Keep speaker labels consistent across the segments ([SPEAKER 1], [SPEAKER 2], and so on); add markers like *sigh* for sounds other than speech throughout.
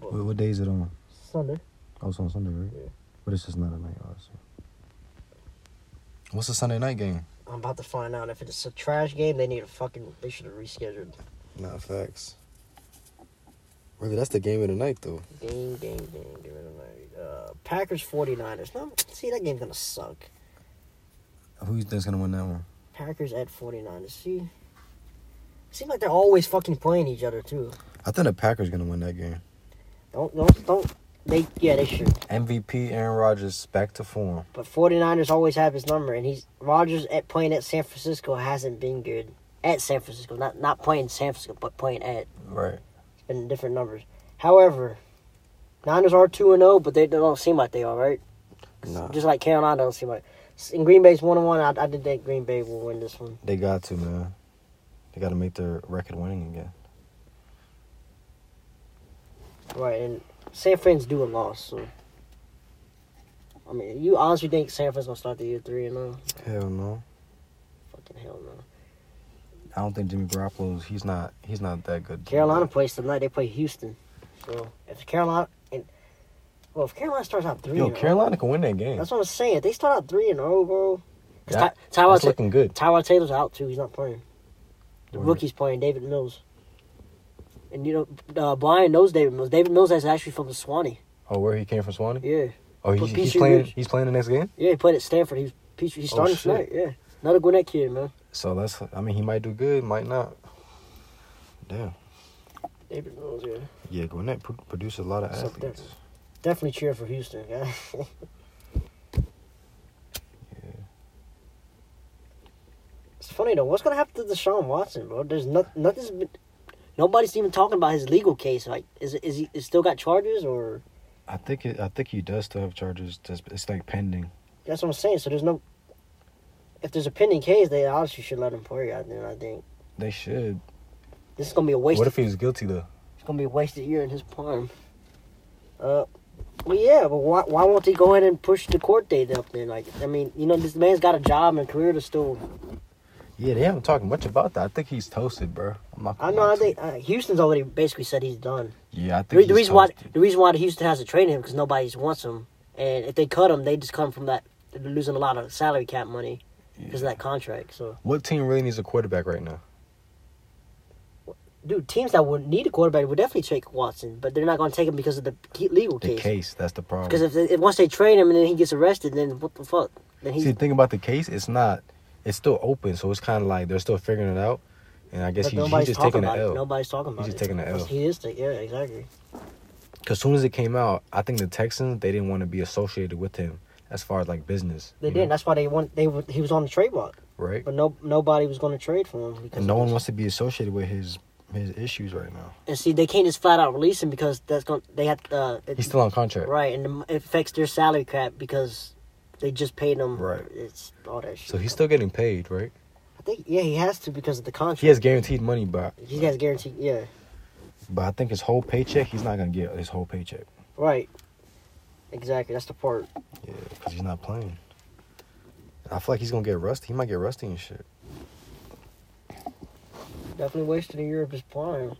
[SPEAKER 1] What, what day is it on?
[SPEAKER 2] Sunday.
[SPEAKER 1] Oh, it's on Sunday, right?
[SPEAKER 2] Yeah.
[SPEAKER 1] But it's just not a night, obviously. What's the Sunday night game?
[SPEAKER 2] I'm about to find out if it's a trash game. They need a fucking. They should have rescheduled.
[SPEAKER 1] Not facts. Really, that's the game of the night, though.
[SPEAKER 2] Game, game, game, game. Uh, Packers 49ers. No, see that game's gonna suck.
[SPEAKER 1] Who you think's gonna win that one?
[SPEAKER 2] Packers at 49ers. See, seems like they're always fucking playing each other too.
[SPEAKER 1] I think the Packers gonna win that game.
[SPEAKER 2] Don't, don't, don't. They, yeah, they should.
[SPEAKER 1] MVP Aaron Rodgers back to form.
[SPEAKER 2] But 49ers always have his number, and he's Rogers at playing at San Francisco hasn't been good. At San Francisco, not not playing San Francisco, but playing at.
[SPEAKER 1] Right.
[SPEAKER 2] It's been different numbers. However, Niners are two and zero, but they don't seem like they are right.
[SPEAKER 1] Nah.
[SPEAKER 2] Just like Carolina don't seem like. In Green Bay's one and one, I, I did think Green Bay will win this one.
[SPEAKER 1] They got to, man. They got to make their record winning again.
[SPEAKER 2] Right, and San Fran's due a loss, so. I mean, you honestly think San Fran's gonna start the year three and zero?
[SPEAKER 1] Hell no.
[SPEAKER 2] Fucking hell no.
[SPEAKER 1] I don't think Jimmy Garoppolo's. He's not. He's not that good.
[SPEAKER 2] Carolina plays tonight. They play Houston. So if Carolina and well, if Carolina starts out three,
[SPEAKER 1] Yo,
[SPEAKER 2] and oh,
[SPEAKER 1] Carolina can win that game.
[SPEAKER 2] That's what I'm saying. If they start out three and zero, bro. 'Cause
[SPEAKER 1] That-
[SPEAKER 2] Ty- Tyrod
[SPEAKER 1] That's
[SPEAKER 2] Ta-
[SPEAKER 1] looking good.
[SPEAKER 2] Tyrod Taylor's out too. He's not playing. The
[SPEAKER 1] Word.
[SPEAKER 2] rookie's playing. David Mills. And you know, uh, Brian knows David Mills. David Mills is actually from the Swanee.
[SPEAKER 1] Oh, where he came from, Swanee?
[SPEAKER 2] Yeah,
[SPEAKER 1] Oh,
[SPEAKER 2] But
[SPEAKER 1] he's, he's
[SPEAKER 2] Petrie
[SPEAKER 1] playing.
[SPEAKER 2] Ridge-
[SPEAKER 1] He's playing the next game.
[SPEAKER 2] yeah. He played at Stanford. He's Petrie- he's
[SPEAKER 1] Oh,
[SPEAKER 2] starting
[SPEAKER 1] shit.
[SPEAKER 2] tonight. Yeah, another Gwinnett kid, man.
[SPEAKER 1] So that's. I mean, he might do good. Might not. Damn.
[SPEAKER 2] David Mills, yeah.
[SPEAKER 1] Yeah, Gwinnett pro- produces a lot of
[SPEAKER 2] Something.
[SPEAKER 1] athletes.
[SPEAKER 2] Definitely cheer for Houston, guys. It's funny though. What's gonna happen to Deshaun Watson, bro? There's not nothing's been, nobody's even talking about his legal case. Like, is is he is still got charges or?
[SPEAKER 1] I think. It, I think he does still have charges. Just it's like pending.
[SPEAKER 2] That's what I'm saying. So there's no. If there's a pending case, they obviously should let him play. I think. I think
[SPEAKER 1] They should.
[SPEAKER 2] this is gonna be a waste.
[SPEAKER 1] What if he was guilty though?
[SPEAKER 2] It's gonna be a wasted year in his prime. Uh, well, yeah, but why why won't they go ahead and push the court date up then? Like, I mean, you know, this man's got a job and career to still.
[SPEAKER 1] Yeah, they haven't talked much about that. I think he's toasted, bro. I'm not.
[SPEAKER 2] I
[SPEAKER 1] gonna
[SPEAKER 2] know.
[SPEAKER 1] lie to
[SPEAKER 2] I
[SPEAKER 1] you.
[SPEAKER 2] think uh, Houston's already basically said he's done.
[SPEAKER 1] Yeah, I think
[SPEAKER 2] The, re- the
[SPEAKER 1] he's
[SPEAKER 2] reason why
[SPEAKER 1] toasted.
[SPEAKER 2] the reason why Houston has to trade him because nobody's wants him, and if they cut him, they just come from that they're losing a lot of salary cap money because of that contract. So,
[SPEAKER 1] What team really needs a quarterback right now?
[SPEAKER 2] dude, teams that would need a quarterback would definitely take Watson, but they're not going to take him because of the ke- legal
[SPEAKER 1] The
[SPEAKER 2] case.
[SPEAKER 1] case. That's the problem.
[SPEAKER 2] Because if, they- if once they trade him and then he gets arrested, then what the fuck? Then he's
[SPEAKER 1] See, the thing about the case, it's not, it's still open, so it's kind of like they're still figuring it out. And I guess
[SPEAKER 2] but
[SPEAKER 1] he, he's
[SPEAKER 2] nobody's
[SPEAKER 1] just
[SPEAKER 2] talking
[SPEAKER 1] taking
[SPEAKER 2] about
[SPEAKER 1] the
[SPEAKER 2] it.
[SPEAKER 1] L.
[SPEAKER 2] Nobody's talking about
[SPEAKER 1] just
[SPEAKER 2] it.
[SPEAKER 1] taking the L.
[SPEAKER 2] He is. ta- yeah, exactly.
[SPEAKER 1] Because soon as it came out, I think the Texans they didn't want to be associated with him as far as like business.
[SPEAKER 2] They
[SPEAKER 1] you
[SPEAKER 2] didn't.
[SPEAKER 1] know?
[SPEAKER 2] That's why they want. They were, he was on the trade block,
[SPEAKER 1] right.
[SPEAKER 2] but no nobody was going to trade for him because
[SPEAKER 1] And no
[SPEAKER 2] of
[SPEAKER 1] one
[SPEAKER 2] this.
[SPEAKER 1] wants to be associated with his his issues right now.
[SPEAKER 2] And see, they can't just flat out release him because that's going. They have. Uh, it-
[SPEAKER 1] He's still on contract.
[SPEAKER 2] Right, and it affects their salary cap because they just paid him.
[SPEAKER 1] Right.
[SPEAKER 2] It's all that shit.
[SPEAKER 1] So he's still getting paid, right?
[SPEAKER 2] I think yeah, he has to because of the contract.
[SPEAKER 1] He has guaranteed money, but
[SPEAKER 2] He has guaranteed. Yeah.
[SPEAKER 1] but I think his whole paycheck, he's not gonna get his whole paycheck.
[SPEAKER 2] Right. Exactly. That's the part.
[SPEAKER 1] Yeah, because he's not playing. I feel like he's gonna get rusty. He might get rusty and shit.
[SPEAKER 2] Definitely wasted a year of his prime.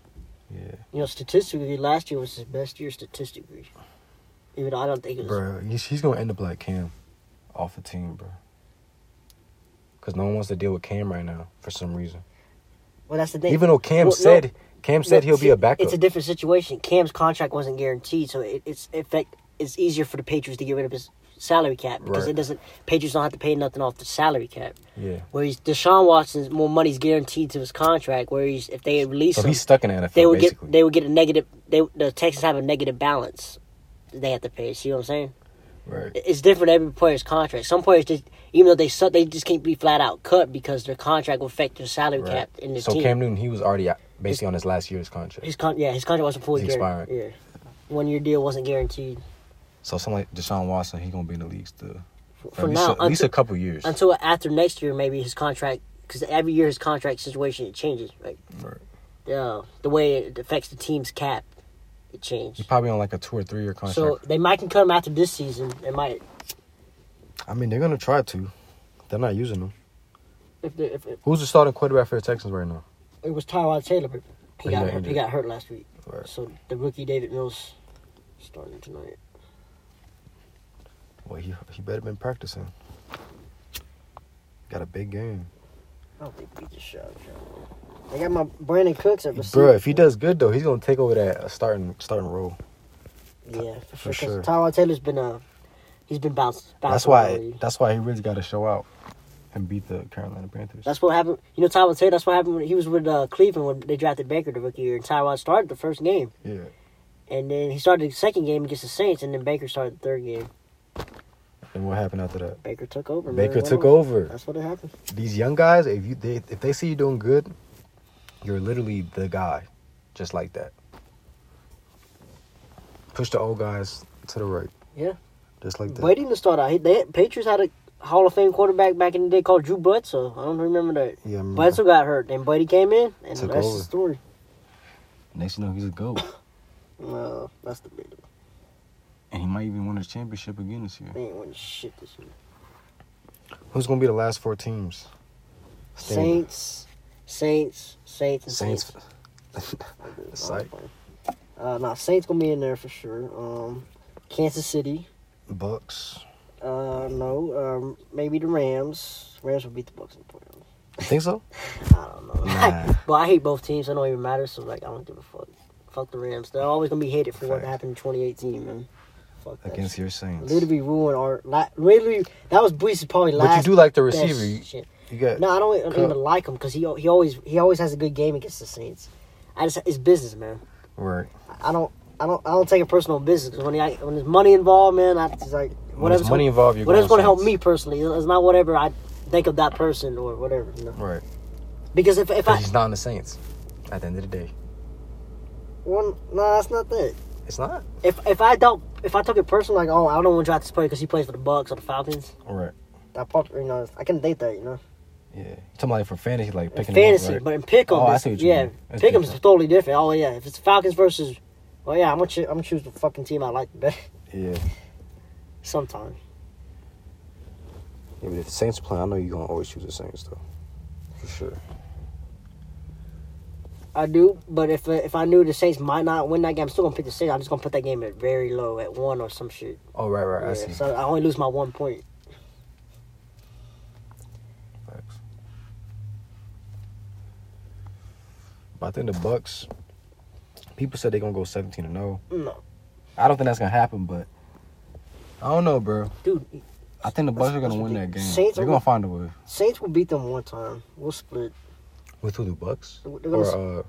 [SPEAKER 1] Yeah.
[SPEAKER 2] You know, statistically, last year was his best year statistically. Even though I don't think it was.
[SPEAKER 1] Bro, he's, he's gonna end up like Cam, off the team, bro. Cause no one wants to deal with Cam right now for some reason.
[SPEAKER 2] Well, that's the thing.
[SPEAKER 1] Even though Cam
[SPEAKER 2] Well, no,
[SPEAKER 1] said Cam said
[SPEAKER 2] no,
[SPEAKER 1] he'll
[SPEAKER 2] see,
[SPEAKER 1] be a backup.
[SPEAKER 2] It's a different situation. Cam's contract wasn't guaranteed, so it, it's in fact it's easier for the Patriots to get rid of his salary cap because
[SPEAKER 1] Right.
[SPEAKER 2] it doesn't. Patriots don't have to pay nothing off the salary cap.
[SPEAKER 1] yeah.
[SPEAKER 2] Where he's Deshaun Watson's more money's guaranteed to his contract. Where he's if they release
[SPEAKER 1] So
[SPEAKER 2] him,
[SPEAKER 1] Oh, he's stuck in the NFL
[SPEAKER 2] they would
[SPEAKER 1] basically.
[SPEAKER 2] get they would get a negative. They the Texans have a negative balance. that They have to pay. See what I'm saying?
[SPEAKER 1] right.
[SPEAKER 2] It- It's different every player's contract. Some players just even though they suck, they just can't be flat out cut because their contract will affect their salary
[SPEAKER 1] right.
[SPEAKER 2] cap in the
[SPEAKER 1] so
[SPEAKER 2] team.
[SPEAKER 1] Cam Newton, he was already out- basically on his last year's contract.
[SPEAKER 2] His con- yeah, his contract wasn't fully
[SPEAKER 1] It's
[SPEAKER 2] guaranteed. Yeah, one year deal wasn't guaranteed
[SPEAKER 1] So someone like Deshaun Watson, he gonna be in the league still.
[SPEAKER 2] for,
[SPEAKER 1] at
[SPEAKER 2] for
[SPEAKER 1] least,
[SPEAKER 2] now
[SPEAKER 1] a, at least a
[SPEAKER 2] until,
[SPEAKER 1] couple years.
[SPEAKER 2] until after next year. Maybe his contract because every year his contract situation it changes. Right,
[SPEAKER 1] Right.
[SPEAKER 2] uh, the way it affects the team's cap, it
[SPEAKER 1] He's *laughs*
[SPEAKER 2] changed.
[SPEAKER 1] probably on like a two or three year contract.
[SPEAKER 2] So they might can cut him after this season. They might
[SPEAKER 1] I mean, they're gonna try to. They're not using him.
[SPEAKER 2] if, they, if, if
[SPEAKER 1] Who's the starting quarterback for the Texans right now?
[SPEAKER 2] it was Tyrod Taylor, but
[SPEAKER 1] But he
[SPEAKER 2] he got
[SPEAKER 1] got
[SPEAKER 2] hurt, he
[SPEAKER 1] injured.
[SPEAKER 2] got hurt last week.
[SPEAKER 1] Right.
[SPEAKER 2] So the rookie David Mills starting tonight.
[SPEAKER 1] Well, he he better been practicing. Got a big game,
[SPEAKER 2] I don't think we just shot. I got my Brandon Cooks at receiver.
[SPEAKER 1] bro. If he does good though, he's gonna take over that uh, starting starting role.
[SPEAKER 2] yeah, for,
[SPEAKER 1] for
[SPEAKER 2] sure. 'cause
[SPEAKER 1] sure.
[SPEAKER 2] Tyrod Taylor's been uh, he's been bounced.
[SPEAKER 1] That's
[SPEAKER 2] bounced
[SPEAKER 1] why that's why he really got to show out and beat the Carolina Panthers.
[SPEAKER 2] That's what happened. You know, Tyrod Taylor. That's what happened when he was with uh, Cleveland when they drafted Baker the rookie year, and Tyrod started the first game,
[SPEAKER 1] yeah,
[SPEAKER 2] and then he started the second game against the Saints, and then Baker started the third game.
[SPEAKER 1] and what happened after that?
[SPEAKER 2] Baker took over. man.
[SPEAKER 1] Baker
[SPEAKER 2] Why
[SPEAKER 1] took
[SPEAKER 2] not?
[SPEAKER 1] over.
[SPEAKER 2] That's what it happened.
[SPEAKER 1] These young guys, if you they, if they see you doing good, you're literally the guy, just like that. Push the old guys to the right.
[SPEAKER 2] Yeah.
[SPEAKER 1] just like that.
[SPEAKER 2] Waiting to start out. He- They Patriots had a Hall of Fame quarterback back in the day called Drew Bledsoe. I don't remember that.
[SPEAKER 1] Yeah, I remember.
[SPEAKER 2] Bledsoe got hurt, and Buddy came in, and
[SPEAKER 1] Took
[SPEAKER 2] that's
[SPEAKER 1] over.
[SPEAKER 2] the story.
[SPEAKER 1] Next, you know, he's a goat,
[SPEAKER 2] No, that's the big one.
[SPEAKER 1] and he might even win a championship again this year.
[SPEAKER 2] They ain't winning shit this year.
[SPEAKER 1] Who's gonna be the last four teams? Staying-
[SPEAKER 2] Saints, Saints, Saints, and Saints.
[SPEAKER 1] Saints. Sight.
[SPEAKER 2] Uh, nah, Saints gonna be in there for sure. Um, Kansas City.
[SPEAKER 1] *laughs* Bucks.
[SPEAKER 2] Uh, no. Um, maybe the Rams. Rams will beat the Bucks in the playoffs.
[SPEAKER 1] You think so?
[SPEAKER 2] I don't know. *laughs*
[SPEAKER 1] Nah.
[SPEAKER 2] but I hate both teams. I don't even matter. So like, I don't give a fuck. Fuck the Rams. They're always gonna be hated for what
[SPEAKER 1] Fact.
[SPEAKER 2] happened in 2018, man. Fuck that.
[SPEAKER 1] Against
[SPEAKER 2] shit.
[SPEAKER 1] your Saints.
[SPEAKER 2] Literally ruined our. La- literally, that was Brees' probably
[SPEAKER 1] But
[SPEAKER 2] last.
[SPEAKER 1] you do like the
[SPEAKER 2] best
[SPEAKER 1] receiver. You,
[SPEAKER 2] shit.
[SPEAKER 1] you got
[SPEAKER 2] No, I don't, I don't
[SPEAKER 1] Cup.
[SPEAKER 2] even like him because he he always he always has a good game against the Saints. I just it's business, man.
[SPEAKER 1] right.
[SPEAKER 2] I don't I don't I don't take it personal in business 'cause when I, when there's money involved, man, I just like whatever's
[SPEAKER 1] Whatever's money
[SPEAKER 2] gonna-
[SPEAKER 1] involved, you're
[SPEAKER 2] whatever's
[SPEAKER 1] going
[SPEAKER 2] going to help me
[SPEAKER 1] Saints.
[SPEAKER 2] personally. It's not whatever I think of that person or whatever. You know?
[SPEAKER 1] Right.
[SPEAKER 2] Because if if
[SPEAKER 1] Because
[SPEAKER 2] I
[SPEAKER 1] he's not in the Saints. At the end of the day,
[SPEAKER 2] one no, that's not that.
[SPEAKER 1] it's not.
[SPEAKER 2] If if I don't if I took it personal, like oh I don't want to draft this player because he plays for the Bucks or the Falcons,
[SPEAKER 1] All right.
[SPEAKER 2] I probably you know I can date that you know.
[SPEAKER 1] Yeah. You're talking like for fantasy, like
[SPEAKER 2] In
[SPEAKER 1] picking
[SPEAKER 2] fantasy,
[SPEAKER 1] Him up,
[SPEAKER 2] but
[SPEAKER 1] right?
[SPEAKER 2] in pick'em,
[SPEAKER 1] Oh, I
[SPEAKER 2] it's-
[SPEAKER 1] see what you
[SPEAKER 2] yeah,
[SPEAKER 1] mean. That's
[SPEAKER 2] pick'em's
[SPEAKER 1] different.
[SPEAKER 2] totally different. Oh yeah, if it's Falcons versus, well yeah, I'm gonna choo- I'm gonna choose the fucking team I like *laughs* the best
[SPEAKER 1] yeah.
[SPEAKER 2] sometimes.
[SPEAKER 1] Yeah, but if the Saints play, I know you're gonna always choose the Saints though. For sure.
[SPEAKER 2] I do, but if if I knew the Saints might not win that game, I'm still gonna pick the Saints. I'm just gonna put that game at very low, at one or some shit.
[SPEAKER 1] Oh right, right. I
[SPEAKER 2] Yeah,
[SPEAKER 1] see.
[SPEAKER 2] so I only lose my one point.
[SPEAKER 1] Facts. But I think the Bucks. People said they're gonna go 17 and 0.
[SPEAKER 2] No,
[SPEAKER 1] I don't think that's gonna happen, but I don't know, bro.
[SPEAKER 2] dude,
[SPEAKER 1] I think the Bucks are
[SPEAKER 2] That's
[SPEAKER 1] gonna win
[SPEAKER 2] what
[SPEAKER 1] that
[SPEAKER 2] they-
[SPEAKER 1] game.
[SPEAKER 2] Saints
[SPEAKER 1] They're
[SPEAKER 2] are-
[SPEAKER 1] gonna find a way.
[SPEAKER 2] Saints will beat them one time. We'll split.
[SPEAKER 1] With who the Bucks
[SPEAKER 2] They're gonna s-
[SPEAKER 1] or uh,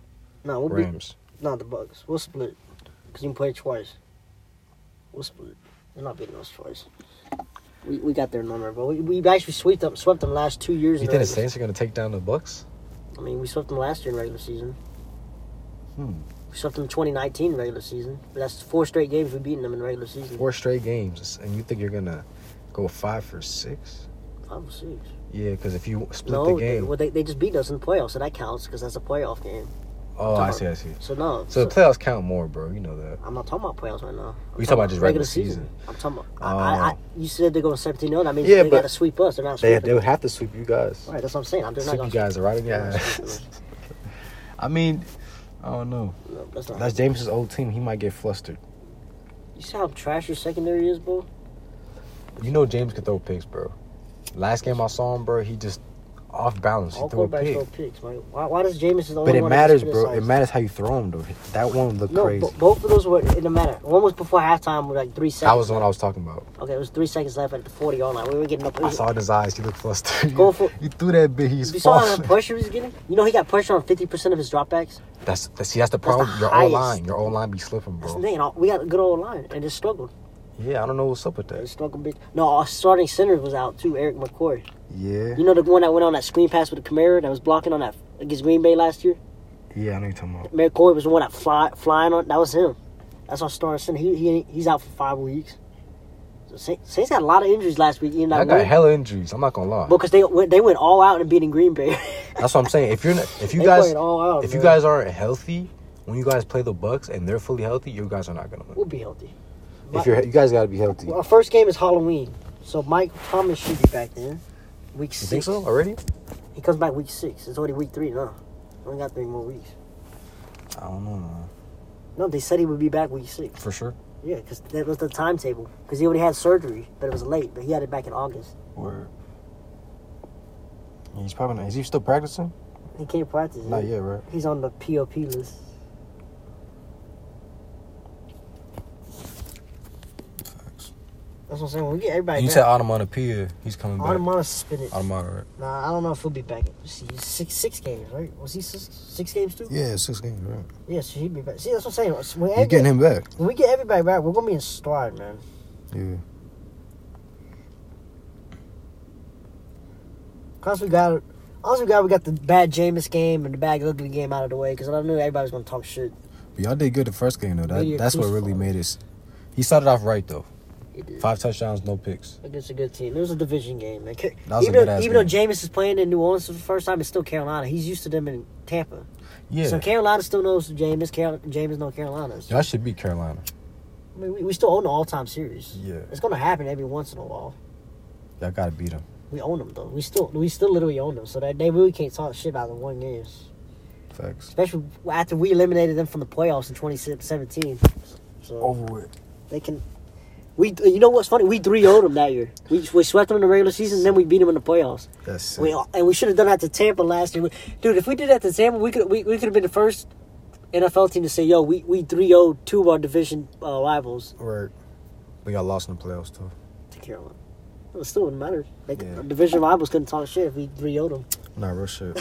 [SPEAKER 2] No, we'll
[SPEAKER 1] Rams?
[SPEAKER 2] beat. Not the Bucks. We'll split because you can play twice. We'll split. They're not beating us twice. We, we got their number, but we, we actually swept them swept them last two years.
[SPEAKER 1] You think
[SPEAKER 2] in
[SPEAKER 1] the
[SPEAKER 2] regular
[SPEAKER 1] Saints are gonna take down the Bucks?
[SPEAKER 2] I mean, we swept them last year in regular season.
[SPEAKER 1] Hmm.
[SPEAKER 2] We swept them 2019 regular season. That's four straight games we've beaten them in regular season.
[SPEAKER 1] Four straight games, and you think you're gonna go five for six?
[SPEAKER 2] Five or six.
[SPEAKER 1] Yeah, because if you split
[SPEAKER 2] no,
[SPEAKER 1] the
[SPEAKER 2] they,
[SPEAKER 1] game,
[SPEAKER 2] well, they, they just beat us in the playoffs, so that counts because that's a playoff game.
[SPEAKER 1] oh, I see, I see.
[SPEAKER 2] So no.
[SPEAKER 1] So the playoffs count more, bro. You know that.
[SPEAKER 2] I'm not talking about playoffs right now. I'm
[SPEAKER 1] We talking about just regular
[SPEAKER 2] I'm talking about. I, I, I,
[SPEAKER 1] Oh.
[SPEAKER 2] you said they're going 17 0. That means
[SPEAKER 1] Yeah,
[SPEAKER 2] they
[SPEAKER 1] but
[SPEAKER 2] got to sweep us. They're not sweeping.
[SPEAKER 1] would have to sweep you guys.
[SPEAKER 2] Right, that's what I'm saying. I'm, they're not
[SPEAKER 1] Sweep
[SPEAKER 2] going
[SPEAKER 1] you
[SPEAKER 2] to.
[SPEAKER 1] guys right in your
[SPEAKER 2] Yeah, that's
[SPEAKER 1] ass.
[SPEAKER 2] *laughs*
[SPEAKER 1] I mean, I don't know.
[SPEAKER 2] No, that's not.
[SPEAKER 1] That's James's old team. He might get flustered.
[SPEAKER 2] you see how trash your secondary is, bro?
[SPEAKER 1] You know James can throw picks, bro. Last game I saw him, bro, he just off balance. He
[SPEAKER 2] All
[SPEAKER 1] threw a
[SPEAKER 2] quarterbacks
[SPEAKER 1] pick.
[SPEAKER 2] throw picks, right? Why, why does Jameis is the only
[SPEAKER 1] But it
[SPEAKER 2] one
[SPEAKER 1] matters,
[SPEAKER 2] that's
[SPEAKER 1] bro. It
[SPEAKER 2] criticized?
[SPEAKER 1] matters how you throw them, though. That one looked
[SPEAKER 2] No,
[SPEAKER 1] crazy.
[SPEAKER 2] bo- both of those were in the matter. One was before halftime with like three seconds.
[SPEAKER 1] That was the one I was talking about.
[SPEAKER 2] Okay, it was three seconds left at the 40 yard line. We were getting up.
[SPEAKER 1] I saw it in his eyes. He looked flustered. *laughs*
[SPEAKER 2] Go for-
[SPEAKER 1] you threw that bit.
[SPEAKER 2] you
[SPEAKER 1] He's
[SPEAKER 2] saw how much
[SPEAKER 1] falling.
[SPEAKER 2] pressure he was getting? You know, he got pressure on 50% of his dropbacks.
[SPEAKER 1] That's, that's see. That's the
[SPEAKER 2] the
[SPEAKER 1] problem. your old line.
[SPEAKER 2] highest.
[SPEAKER 1] Your old line be slipping,
[SPEAKER 2] That's
[SPEAKER 1] bro.
[SPEAKER 2] the thing. and all- We got a good old line and just struggled.
[SPEAKER 1] Yeah, I don't know what's up with
[SPEAKER 2] They
[SPEAKER 1] that.
[SPEAKER 2] struggled big. No, our starting center was out too, Eric McCoy.
[SPEAKER 1] Yeah.
[SPEAKER 2] You know, the one that went on that screen pass with the Camaro that was blocking on that against Green Bay last year?
[SPEAKER 1] Yeah, I know you're talking about.
[SPEAKER 2] McCoy was the one that fly, flying on. That was him. That's our starting center. He, he, he's out for five weeks. So Saints, Saints had a lot of injuries last week. Even that
[SPEAKER 1] I got
[SPEAKER 2] win.
[SPEAKER 1] hella injuries. I'm not gonna lie.
[SPEAKER 2] Because they went- they went all out and beating Green Bay. *laughs*
[SPEAKER 1] That's what I'm saying. If you're not, if you
[SPEAKER 2] They
[SPEAKER 1] guys,
[SPEAKER 2] played all out,
[SPEAKER 1] if you
[SPEAKER 2] man.
[SPEAKER 1] guys aren't healthy, when you guys play the Bucks and they're fully healthy, you guys are not gonna win.
[SPEAKER 2] we'll be healthy.
[SPEAKER 1] If you're, you guys gotta be healthy. You
[SPEAKER 2] Well, our first game is Halloween, so Mike Thomas should be back then. Week six.
[SPEAKER 1] think so already?
[SPEAKER 2] He comes back week six. It's already week three now. Only got three more weeks.
[SPEAKER 1] I don't know man.
[SPEAKER 2] No, they said he would be back week six.
[SPEAKER 1] for sure.
[SPEAKER 2] Yeah, because that was the timetable. Because he already had surgery, but it was late. But he had it back in August.
[SPEAKER 1] Word. He's probably not. Is he still practicing?
[SPEAKER 2] He can't practice.
[SPEAKER 1] Not
[SPEAKER 2] it.
[SPEAKER 1] yet, right?
[SPEAKER 2] He's on the POP list. That's what I'm saying. When we get everybody
[SPEAKER 1] you
[SPEAKER 2] back,
[SPEAKER 1] said onomatopoeia. He's coming back.
[SPEAKER 2] Automata's spinach.
[SPEAKER 1] Automata, right?
[SPEAKER 2] Nah, I don't know if he'll be back. See, six six games, right? Was he six, six games too?
[SPEAKER 1] Yeah, six games, right?
[SPEAKER 2] Yeah, so he'd be back. See, that's what I'm saying. When,
[SPEAKER 1] He's
[SPEAKER 2] everybody-
[SPEAKER 1] getting him back.
[SPEAKER 2] when we get everybody back, we're gonna be in stride, man.
[SPEAKER 1] Yeah.
[SPEAKER 2] Cause we got, cause we got, we got the bad Jameis game and the bad ugly game out of the way. Because I knew everybody was gonna talk shit.
[SPEAKER 1] But y'all did good the first game though. That,
[SPEAKER 2] Maybe a
[SPEAKER 1] that's what
[SPEAKER 2] crucified.
[SPEAKER 1] really made us. He started off right though.
[SPEAKER 2] It is.
[SPEAKER 1] Five touchdowns, no picks.
[SPEAKER 2] Against a good team. It was a division game. Like,
[SPEAKER 1] That was a
[SPEAKER 2] even though,
[SPEAKER 1] good-ass
[SPEAKER 2] even though
[SPEAKER 1] game.
[SPEAKER 2] Jameis is playing in New Orleans for the first time, it's still Carolina. He's used to them in Tampa.
[SPEAKER 1] Yeah.
[SPEAKER 2] So Carolina still knows who Jameis. Carol- Jameis know Carolina. So,
[SPEAKER 1] y'all should beat Carolina.
[SPEAKER 2] I mean, we, we still own the all-time series.
[SPEAKER 1] Yeah.
[SPEAKER 2] It's gonna happen every once in a while.
[SPEAKER 1] Y'all gotta beat them.
[SPEAKER 2] We own them though. We still we still literally own them. So that they really can't talk shit about the one games,
[SPEAKER 1] Facts.
[SPEAKER 2] especially after we eliminated them from the playoffs in 2017. So
[SPEAKER 1] Over with.
[SPEAKER 2] they can. We you know what's funny? We three owned them that year. We we swept them in the regular season, then we beat them in the playoffs.
[SPEAKER 1] That's
[SPEAKER 2] We and we should have done that to Tampa last year, We- dude. If we did that to Tampa, we could we, we could have been the first NFL team to say, "Yo, we we three zero two of our division uh, rivals
[SPEAKER 1] Right. We got lost in the playoffs too.
[SPEAKER 2] to Carolina." Well, It still wouldn't matter. Like
[SPEAKER 1] Yeah.
[SPEAKER 2] our division rivals couldn't talk shit if we three zero them.
[SPEAKER 1] Nah, real shit.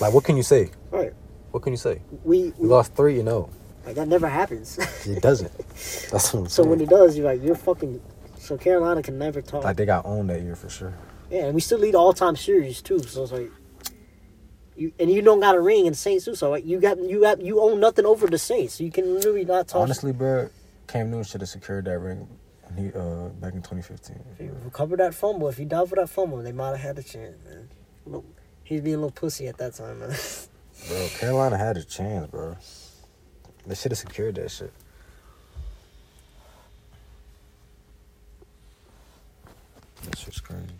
[SPEAKER 1] like, what can you say?
[SPEAKER 2] Right?
[SPEAKER 1] What can you say?
[SPEAKER 2] We,
[SPEAKER 1] We
[SPEAKER 2] we
[SPEAKER 1] lost three and oh.
[SPEAKER 2] like that never happens. *laughs*
[SPEAKER 1] It doesn't. That's what I'm saying.
[SPEAKER 2] so when it does, you're like you're fucking. So Carolina can never talk.
[SPEAKER 1] like they got owned that year for sure.
[SPEAKER 2] yeah, and we still lead all time series too. So it's like. You, and you don't got a ring in Saints too, so like you got you got you own nothing over the Saints. So you can really not talk.
[SPEAKER 1] Honestly, bro, Cam Newton should have secured that ring when he, uh, back in 2015.
[SPEAKER 2] If he recovered that fumble, if he died for that fumble, they might have had a chance, man. Look, he was being a little pussy at that time, man.
[SPEAKER 1] Bro, Carolina had a chance, bro. They should have secured that shit.